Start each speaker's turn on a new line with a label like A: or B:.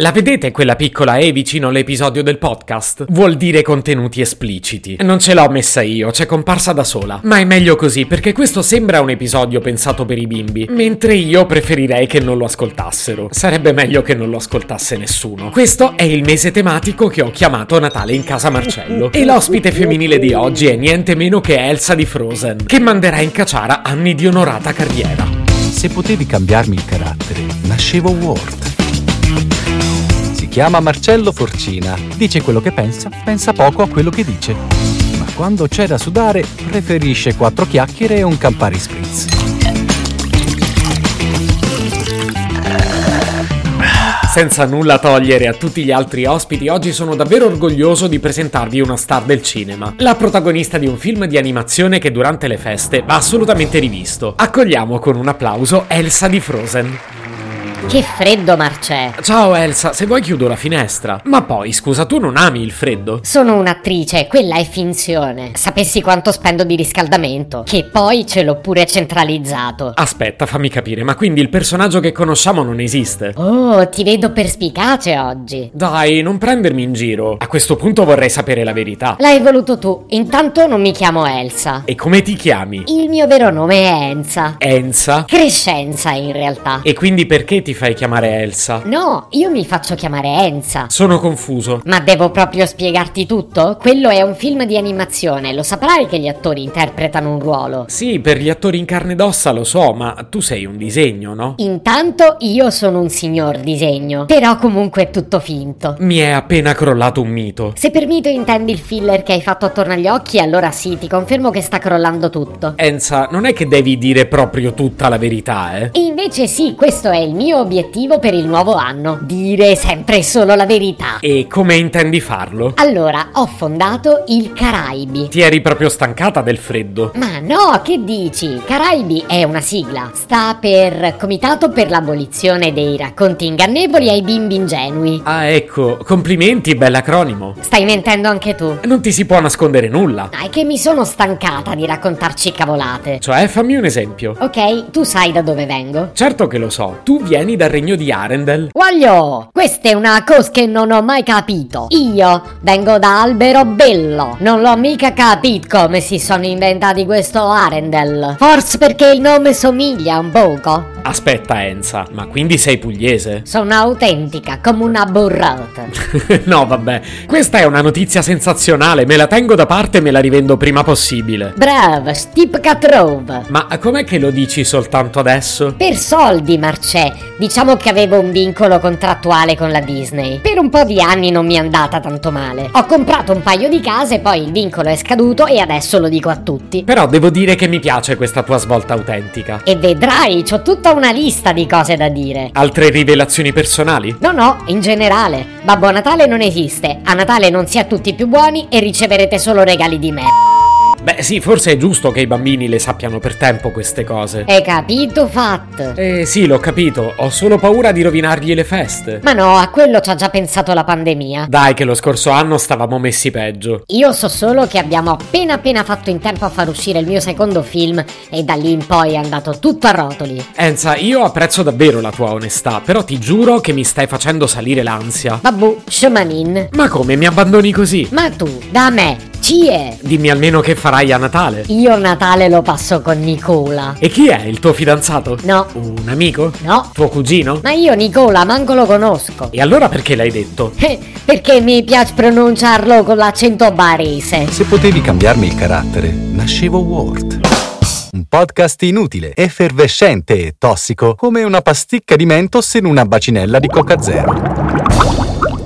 A: La vedete quella piccola E vicino all'episodio del podcast? Vuol dire contenuti espliciti. Non ce l'ho messa io, c'è comparsa da sola. Ma è meglio così perché questo sembra un episodio pensato per i bimbi, mentre io preferirei che non lo ascoltassero. Sarebbe meglio che non lo ascoltasse nessuno. Questo è il mese tematico che ho chiamato Natale in casa Marcello. E l'ospite femminile di oggi è niente meno che Elsa di Frozen, che manderà in cacciara anni di onorata carriera.
B: Se potevi cambiarmi il carattere, nascevo Ward. Si chiama Marcello Forcina. Dice quello che pensa, pensa poco a quello che dice. Ma quando c'è da sudare, preferisce quattro chiacchiere e un Campari Spritz.
A: Senza nulla togliere a tutti gli altri ospiti, oggi sono davvero orgoglioso di presentarvi una star del cinema, la protagonista di un film di animazione che durante le feste va assolutamente rivisto. Accogliamo con un applauso Elsa di Frozen.
C: Che freddo, Marcè!
A: Ciao Elsa, se vuoi chiudo la finestra. Ma poi, scusa, tu non ami il freddo?
C: Sono un'attrice, quella è finzione. Sapessi quanto spendo di riscaldamento, che poi ce l'ho pure centralizzato.
A: Aspetta, fammi capire, ma quindi il personaggio che conosciamo non esiste?
C: Oh, ti vedo perspicace oggi.
A: Dai, non prendermi in giro. A questo punto vorrei sapere la verità.
C: L'hai voluto tu, intanto non mi chiamo Elsa.
A: E come ti chiami?
C: Il mio vero nome è Enza.
A: Enza?
C: Crescenza, in realtà.
A: E quindi perché ti fai chiamare Elsa?
C: No, io mi faccio chiamare Enza.
A: Sono confuso.
C: Ma devo proprio spiegarti tutto? Quello è un film di animazione, lo saprai che gli attori interpretano un ruolo.
A: Sì, per gli attori in carne ed ossa lo so, ma tu sei un disegno, no?
C: Intanto io sono un signor disegno, però comunque è tutto finto.
A: Mi è appena crollato un mito.
C: Se per mito intendi il filler che hai fatto attorno agli occhi, allora sì, ti confermo che sta crollando tutto.
A: Enza, non è che devi dire proprio tutta la verità, eh?
C: E invece sì, questo è il mio obiettivo per il nuovo anno, dire sempre solo la verità.
A: E come intendi farlo?
C: Allora, ho fondato il Caraibi.
A: Ti eri proprio stancata del freddo.
C: Ma no, che dici? Caraibi è una sigla, sta per Comitato per l'abolizione dei racconti ingannevoli ai bimbi ingenui.
A: Ah, ecco, complimenti, bell'acronimo.
C: Stai mentendo anche tu.
A: Non ti si può nascondere nulla.
C: Dai, che mi sono stancata di raccontarci cavolate.
A: Cioè, fammi un esempio.
C: Ok, tu sai da dove vengo?
A: Certo che lo so, tu vieni dal regno di Arendelle.
C: Guaglio! Questa è una cosa che non ho mai capito. Io vengo da Alberobello. Non l'ho mica capito come si sono inventati questo Arendelle. Forse perché il nome somiglia un poco.
A: Aspetta, Enza, ma quindi sei pugliese?
C: Sono autentica come una burrata.
A: no, vabbè, questa è una notizia sensazionale, me la tengo da parte e me la rivendo prima possibile.
C: Brava, stipca trova.
A: Ma com'è che lo dici soltanto adesso?
C: Per soldi, Marcè. Diciamo che avevo un vincolo contrattuale con la Disney. Per un po' di anni non mi è andata tanto male. Ho comprato un paio di case, poi il vincolo è scaduto e adesso lo dico a tutti.
A: Però devo dire che mi piace questa tua svolta autentica.
C: E vedrai, ho tutta una lista di cose da dire.
A: Altre rivelazioni personali?
C: No, no, in generale. Babbo Natale non esiste. A Natale non si è tutti più buoni e riceverete solo regali di merda.
A: Beh sì, forse è giusto che i bambini le sappiano per tempo queste cose.
C: Hai capito, Fat?
A: Eh sì, l'ho capito, ho solo paura di rovinargli le feste.
C: Ma no, a quello ci ha già pensato la pandemia.
A: Dai che lo scorso anno stavamo messi peggio.
C: Io so solo che abbiamo appena appena fatto in tempo a far uscire il mio secondo film e da lì in poi è andato tutto a rotoli.
A: Enza, io apprezzo davvero la tua onestà, però ti giuro che mi stai facendo salire l'ansia.
C: Babù, shamanin.
A: Ma come, mi abbandoni così?
C: Ma tu, da me, Cie!
A: Dimmi almeno che farai a Natale.
C: Io Natale lo passo con Nicola.
A: E chi è il tuo fidanzato?
C: No.
A: Un amico?
C: No.
A: Tuo cugino?
C: Ma io Nicola manco lo conosco.
A: E allora perché l'hai detto?
C: Eh, Perché mi piace pronunciarlo con l'accento barese.
B: Se potevi cambiarmi il carattere, nascevo Ward. Un podcast inutile, effervescente e tossico, come una pasticca di mentos in una bacinella di Coca Zero.